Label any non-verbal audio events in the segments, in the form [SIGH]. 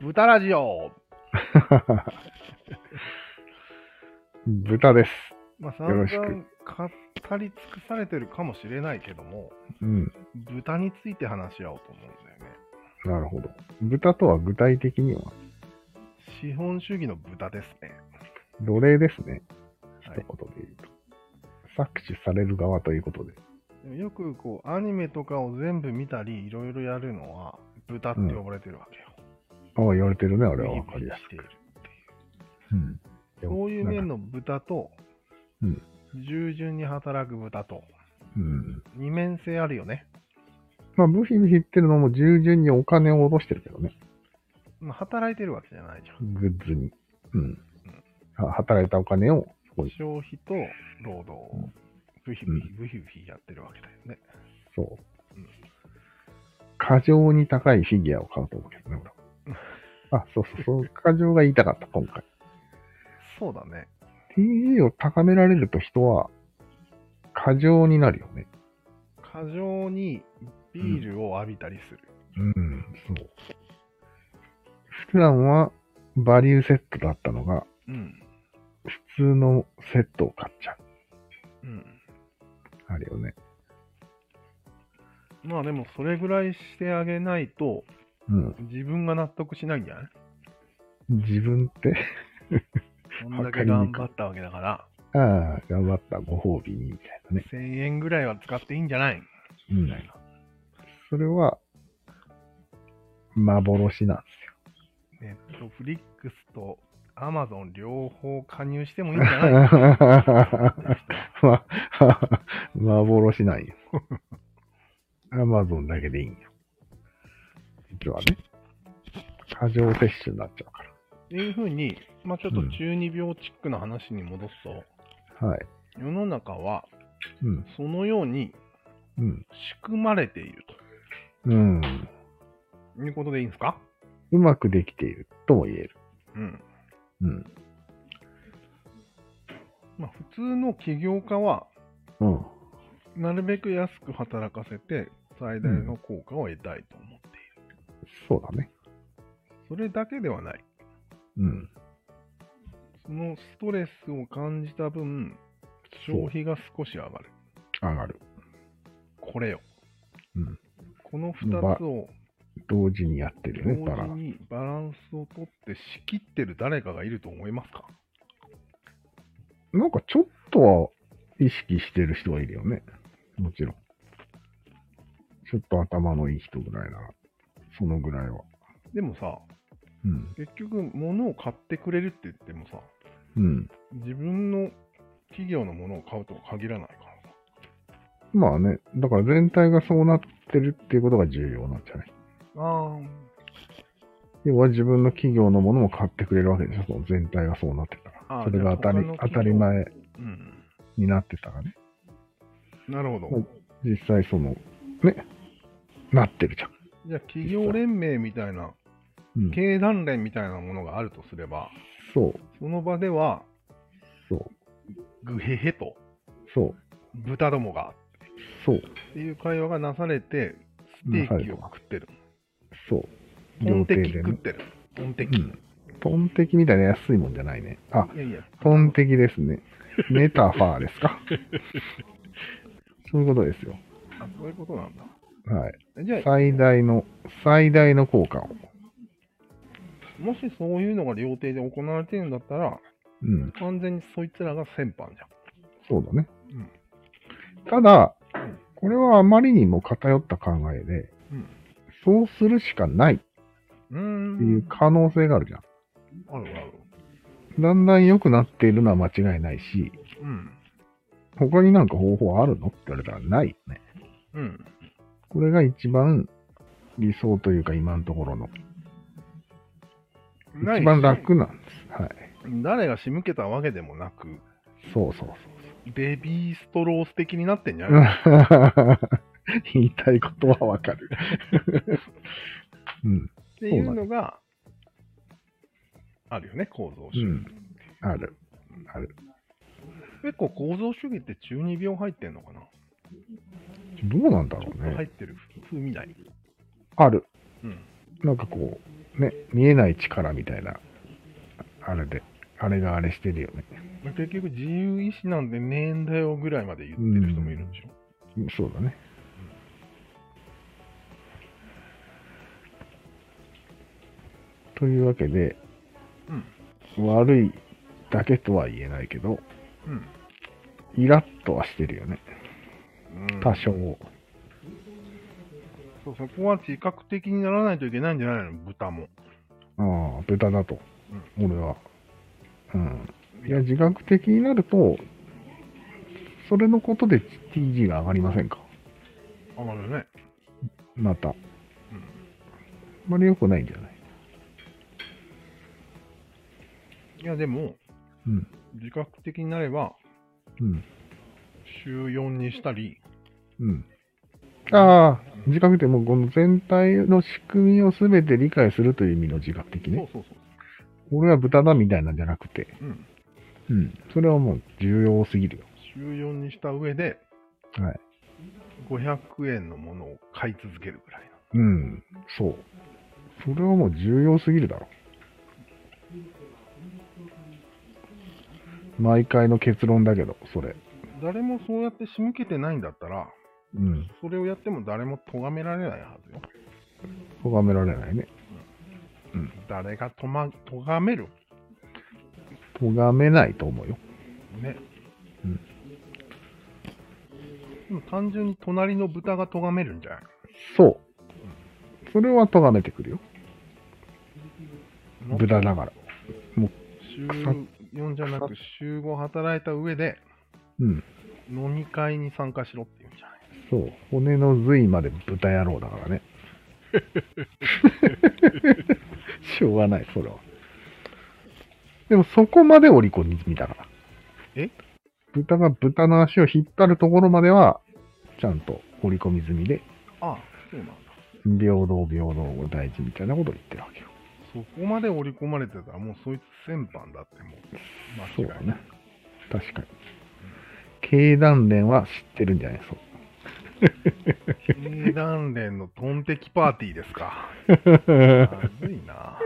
豚ラジオ。豚です。まあ、散よろしく々語り尽くされてるかもしれないけども、うん。豚について話し合おうと思うんだよね。なるほど。豚とは具体的には資本主義の豚ですね。奴隷ですね。一は言いで言うと。搾取される側ということで。でもよくこう、アニメとかを全部見たり、いろいろやるのは、豚って呼ばれてるわけよ。ああ、言われてるね、あこれはわかりやすしている。い。うん。そういう面のの。豚と、うん従順に働く豚と、うん。二面性あるよね。まあ、ブヒブヒ言ってるのも従順にお金を落としてるけどね。まあ、働いてるわけじゃないじゃん。グッズに。うん。あ働いたお金を、そこに。消費と労働をブヒブヒブヒブヒやってるわけだよね。そううん。過剰に高いフィギュアを買うと思うけどね、俺は [LAUGHS] あ、そうそう、そう、過剰が言いたかった、今回。そうだね。 TG を高められると人は過剰になるよね。過剰にビールを浴びたりする。うん、そう。普段はバリューセットだったのが、うん。普通のセットを買っちゃう。うん。あれよね。まあでもそれぐらいしてあげないとうん。自分が納得しないんじゃない自分って、 [LAUGHS] こんだけ頑張ったわけだから、ああ、頑張った、ご褒美に、みたいなね。 1000円ぐらいは使っていいんじゃないみたいな。それは、幻なんですよ。ネットフリックスとアマゾン両方加入してもいいんじゃ [LAUGHS] ないま、幻なんよ。アマゾンだけでいいんよ。実はね。過剰摂取になっちゃうかっていうふうに、まあちょっと中二病チックな話に戻すと、ら。はい。世の中はうん。そのようにうん。仕組まれているうん。ということでいいんですかうまくできているとも言える。うん。うん。まあ、普通の起業家は、うん。なるべく安く働かせて、最大の効果を得たいと思っている。そうだね。それだけではない。うん。そのストレスを感じた分、そう消費が少し上がる。上がる。これよ。うん。この2つを同時にやってるよね、同バラ時ンにバランスをとって仕切ってる誰かがいると思いますかス。なんかちょっとは意識してる人はいるよね。もちろん。ちょっと頭のいい人ぐらいなら、そのぐらいは。でもさ、うん。結局物を買ってくれるって言ってもさ、うん。自分の企業のものを買うとは限らないからさ。まあね、だから全体がそうなってるっていうことが重要なんじゃないあ要は自分の企業のものも買ってくれるわけでしょ、その全体がそうなってたあら。ーそれが当たりじゃあ他の当企業たり前あ、うん。になってたらね、なるほど。うん実際その、ね、なってるじゃん。じゃあ、企業連盟みたいな、うん、経団連みたいなものがあるとすれば、そう、その場では、そう、ぐへへと、そう、豚どもが、そう、っていう会話がなされて、ステーキを食ってる。そう。トンテキで食っね。てる。トンテうキ。ん。トンテキみたいな安いもんじゃないね。あ、いやいや、トンテキですね。メタファーで [LAUGHS] すか。そういうことですよ。あそういうことなんだ。はい。じゃあ、最大の、最大の効果を。もしそういうのが料亭で行われてるんだったら、うん。完全にそいつらが先般じゃん。そうだね。うんただん、これはあまりにも偏った考えで、うんそうするしかないっうーてん。いう可能性があるじゃん。あるある。だんだん良くなっているのは間違いないし、うん。他になんか方法あるのって言われたらないよね。うん。これが一番理想というか今のところの、ないし一番楽なんです。はい。誰が仕向けたわけでもなく、そうそうそうベビーストロース的になってんじゃそうない、。 [LAUGHS] 言いたいことはわかる。うん。っていうのが、あるよね、構造う主義。ん。ある。ある。結構構造主義って中二病入ってんのかな、どうなんだちろょっうと入ね。ってる風味ない。ある。うん。なんかこね、見えない力みたいな、あれで、あれがあれしてるよね。まあ結局自由意志なんでねえんだよぐらいまで言ってる人もいるんでしょ。うんそうだね。というわけで、うん。悪いだけとは言えないけど、うん。イラッとはしてるよね。うん多少。そうそこは知覚的にならないといけないんじゃないの豚も。ああ、豚だと、俺は。うん。いや、自覚的になると、それのことで TG が上がりませんか上がるね。また。あうん。まり良くないんじゃないいや、でも、うん。自覚的になれば、うん。週4にしたり、うん。ああ、自覚ってもうこの全体の仕組みを全て理解するという意味の自覚的そうね。そうそう。俺は豚だみたいなんじゃなくて、うん。うん。それはもう重要すぎるよ。週4にした上で、はい。 500円のものを買い続けるぐらいうん。そう。それはもう重要すぎるだろ。毎回の結論だけど、それ。の。誰もそうやって仕向けてないんだったら、うん。それをやっても誰も咎められないはずよ。咎められないね。誰がとま、咎める咎めないと思うよ。ね。うんでも単純に隣の豚が咎めるんじゃないそう。それは咎めてくるよ。の豚だから。週4じゃなく週5働いた上でうん。飲み会に参加しろって言うんじゃないそう。骨の髄まで豚野郎だからね。しょうがない、それは。でもそこまでオリコンに見たから。え豚が豚の足を引っ張るところまでは、ちゃんと織り込み済みで、ああ、そうなんだ。平等平等を大事みたいなことを言ってるわけよ。そこまで織り込まれてたらもうそいつ先般だってもうそう間だ違いなねい。。確かに。経団連は知ってるんじゃないそう。経団連のトンテキパーティーですか。まずいな。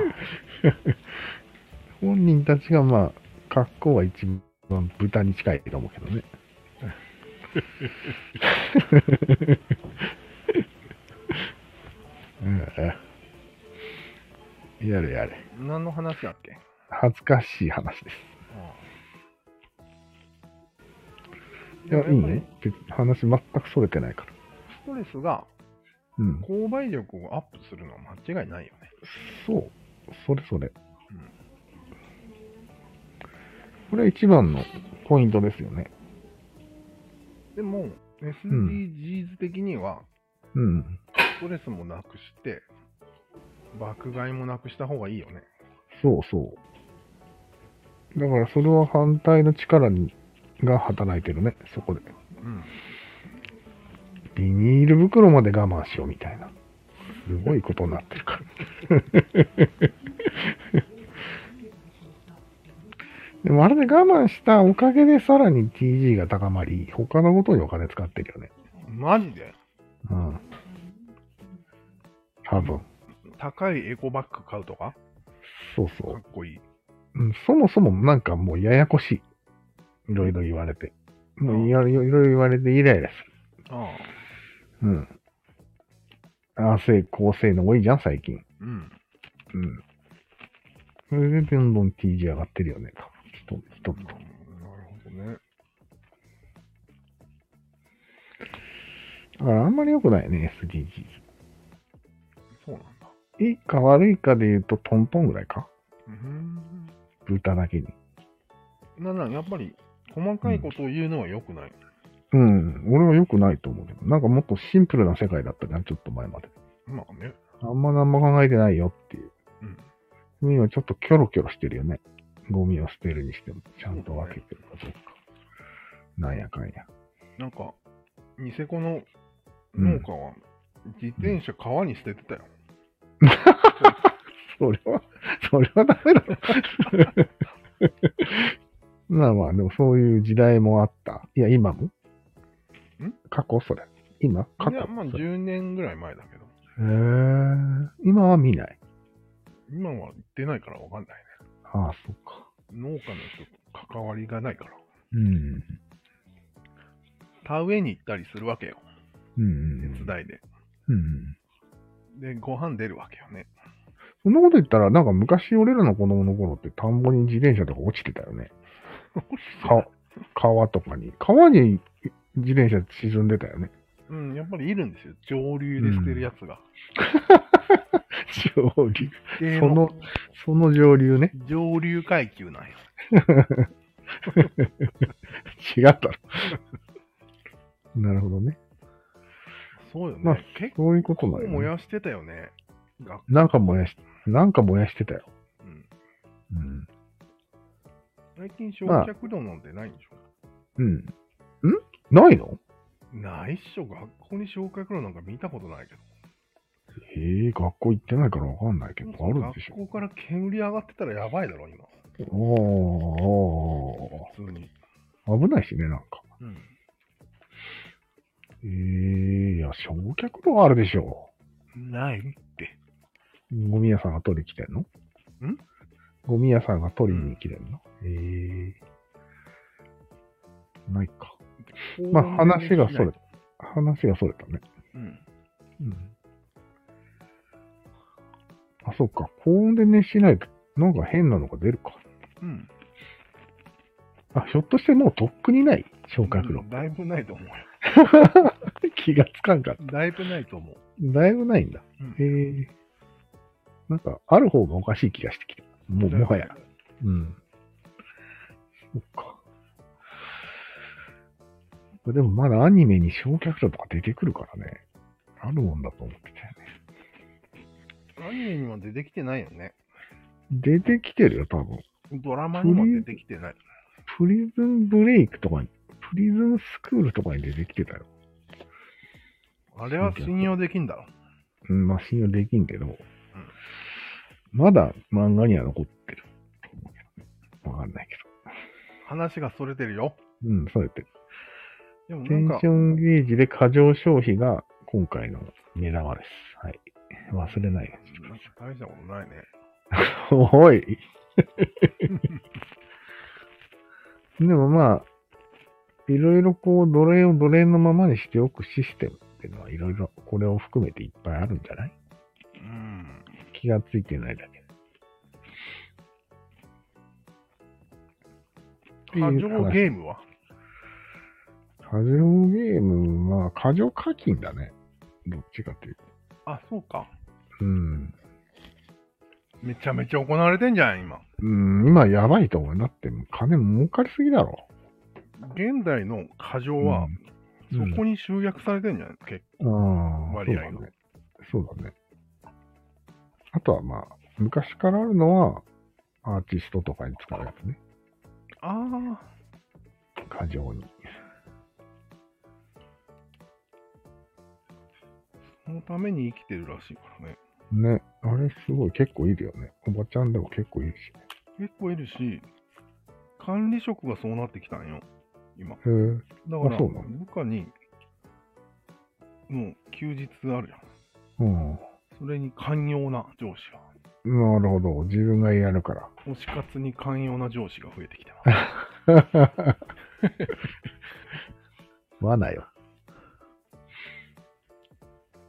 本人たちがまあ、格好は一番豚に近いと思うけどね。 [LAUGHS] うんやれやれ。何の話だっけ恥ずかしい話です。ああいや、いいね。別に話全くそれてないから。ストレスがうん。購買力をアップするのは間違いないよね。そう。それそれ。これは一番のポイントですよね。でも、SDGs 的には、うん。ストレスもなくして、爆買いもなくした方がいいよね。そうそう。だからそれは反対の力にが働いてるね、そこで。うん。ビニール袋まで我慢しようみたいな。すごいことになってるから。 [LAUGHS] でもあれで我慢したおかげでさらに TG が高まり、他のことにお金使ってるよね。マジでうん。多分。高いエコバッグ買うとかそうかそう。っこいい。うんそもそもなんかもうややこしい。いろいろ言われて。もういろいろいろいろ言われてイライラすああ。る。うん。ああせい、こうせいの多いじゃん、最近。うん。うん。それでどんどん TG 上がってるよね、多分。人、人な々るほどね。だからあんまり良くないよね、SDGs。そうなんだ。いいか悪いかで言うとトントンぐらいかうん。豚だけに。なんならやっぱり、細かいことを言うのは良くない。うん。俺は良くないと思うけど。なんかもっとシンプルな世界だったじゃん、ちょっと前まで。まあね。あんま何も考えてないよっていう。うん。今ちょっとキョロキョロしてるよね。ゴミを捨てるにしても、ちゃんと分けてるかどうか。なんやかんや。なんか、ニセコのうん農家は、自転車川に捨ててたよ。それは、 [LAUGHS] それはダメだ [LAUGHS] ろ。まあまあ、でもそういう時代もあった。いや、今もん過去それ。今過い去や、まあそれへ10年ぐらい前だけど。え今は見ない。今は行ってないからわかんないああ、そっか。ね。農家の人と関わりがないから。うん。田植えに行ったりするわけよ。うん。手伝いで。うん。で、ご飯出るわけよね。そんなこと言ったら、なんか昔俺らの子供の頃って田んぼに自転車とか落ちてたよね。か川とかに。川に自転車沈んでたよね。うん、やっぱりいるんですよ。上流で捨てるやつが。上流。でその、その上流ね。上流階級なんよ。違ったろ。なるほどね。そうよね。まあ結そういうことだ構よ、燃ね。やしてたよね。がなんか燃やし、なんか燃やしてたよ。うん、うん。最近焼却炉なんてないんでしょ、うん。んないのないっしょ。学校に焼却炉なんか見たことないけど。へえ、学校行ってないからわかんないけど、あるんでしょ。学校から煙上がってたらやばいだろ、今。あ普通に。あああ、危ないしね、なんか。うん。ええいや、焼却炉あるでしょないって。う。ゴミ屋さんが取りに来てんのんゴミ屋さんが取りに来てんの、ええないか。まあ話がそれ。話がそれたね。うん。うん。あ、そっか。高温で熱しないと、なんか変なのが出るか。うん。あ、ひょっとしてもうとっくにない焼却炉う。んだいぶないと思うよ。気がつかんかった。だいぶないと思う。だいぶないんだ。うんへえ。なんか、ある方がおかしい気がしてきた。もう、もはや。。うん。そっか。でもまだアニメに焼却炉とか出てくるからね。あるもんだと思ってたよね。アニメにも出てきてないよね。出てきてるよ、多分。ドラマにも出てきてない。プリズンブレイクとかに、プリズンスクールとかに出てきてたよ。あれは信用できんだろ。うん、まあ信用できんけど、まだ漫画には残ってる。わかんないけ話がそれてるよ。ど。うん、そうやって。でもテなんンかシ、ョンゲージで過剰消費が今回の目玉です。はい。忘れないよなんか大したことないね。うに。おい。でもまあ、いろいろこう、奴隷を奴隷のままにしておくシステムっていうのはいろいろこれを含めていっぱいあるんじゃないうん。気がついてないだけ。過剰ゲームは過剰ゲームは過剰課金だね。どっちかというと。あ、そうか。うん。めちゃめちゃ行われてんじゃん、今。うん、今やばいと思う。だって金儲かりすぎだろ。現代の過剰は、そこに集約されてんじゃない結ああ、割合がそうだね。そうだね。あとはまあ、昔からあるのは、アーティストとかに使うやつね。構。あ過剰に。あ、そのために生きてるらしいからね。ね。あれすごい、結構いるよね。おばちゃんでも結構いるし。結構いるし、管理職がそうなってきたんよ、今。へえ。だから、あそうなの部下に、もう休日あるじゃん。うん。それに寛容な上司が。なるほど。自分がやるから。推し活に寛容な上司が増えてきて [LAUGHS] ます。罠よ。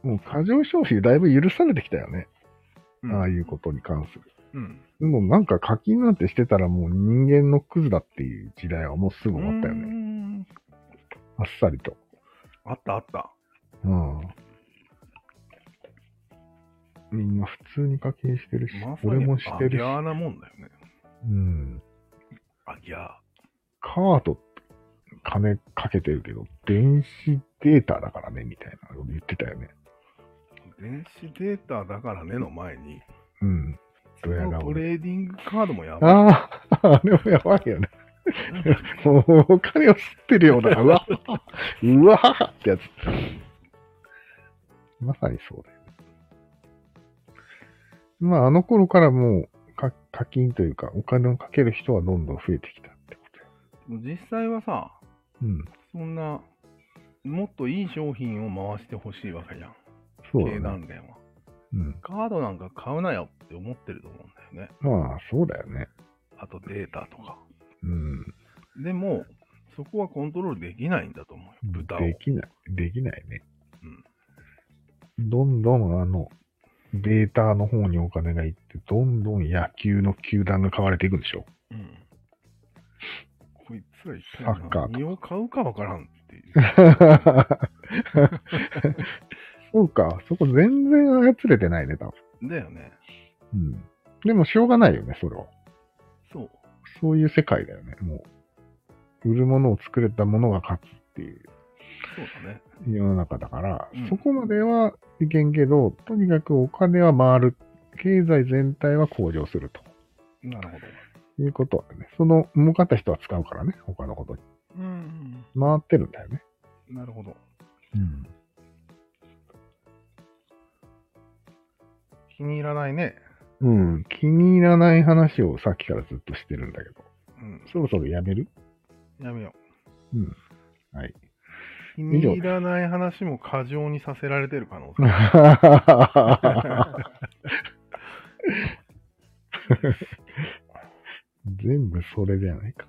もう過剰消費だいぶ許されてきたよね。うんああいうことに関する。うん。でもなんか課金なんてしてたらもう人間のクズだっていう時代はもうすぐ終わったようーね。んあっさりと。あったあった。うん。みんな普通に課金してるし、まさ俺にもしアてギるし。ャーなもんだよね。うん。アギャー。カード金かけてるけど、電子データだからね、みたいなこと言ってたよね。電子データだからねの前に、うん。そドヤの顔トレーディングカードもやばい。ああ、あれもやばいよね。もうお金を吸ってるような、うわ、うわってやつ。まさにそうだよね。まあ、あの頃からもうか課金というか、お金をかける人はどんどん増えてきたってことよ。実際はさ、うん。そんな、もっといい商品を回してほしいわけじゃん。そう経だね。団連は。うん。カードなんか買うなよって思ってると思うんだよね。まあ、そうだよね。あとデータとか。うん。でも、そこはコントロールできないんだと思うよ。豚を。できない、できないね。どんどんあの、データの方にお金がいって、どんどん野球の球団が買われていくんでしょ。うん。こいつら一体サッカーとか何を買うかわからんっていう。 [LAUGHS] そうか、そこ全然操れてないね、多分。だよね。うん。でもしょうがないよね、それは。そう。そういう世界だよね、もう。売るものを作れたものが勝つっていうそうだね。世の中だから、うんそこまではいけんけど、とにかくお金は回る。経済全体は向上すると。なるほど。いうことはね、その儲かった人は使うからね、他のことに。うん。回ってるんだよね。なるほど。うん。気に入らないね。うん、気に入らない話をさっきからずっとしてるんだけど、うん。そろそろやめるやめようん。はい。う。気に入らない話も過剰にさせられてる可能性。[LAUGHS] [LAUGHS] 全部それじゃないか。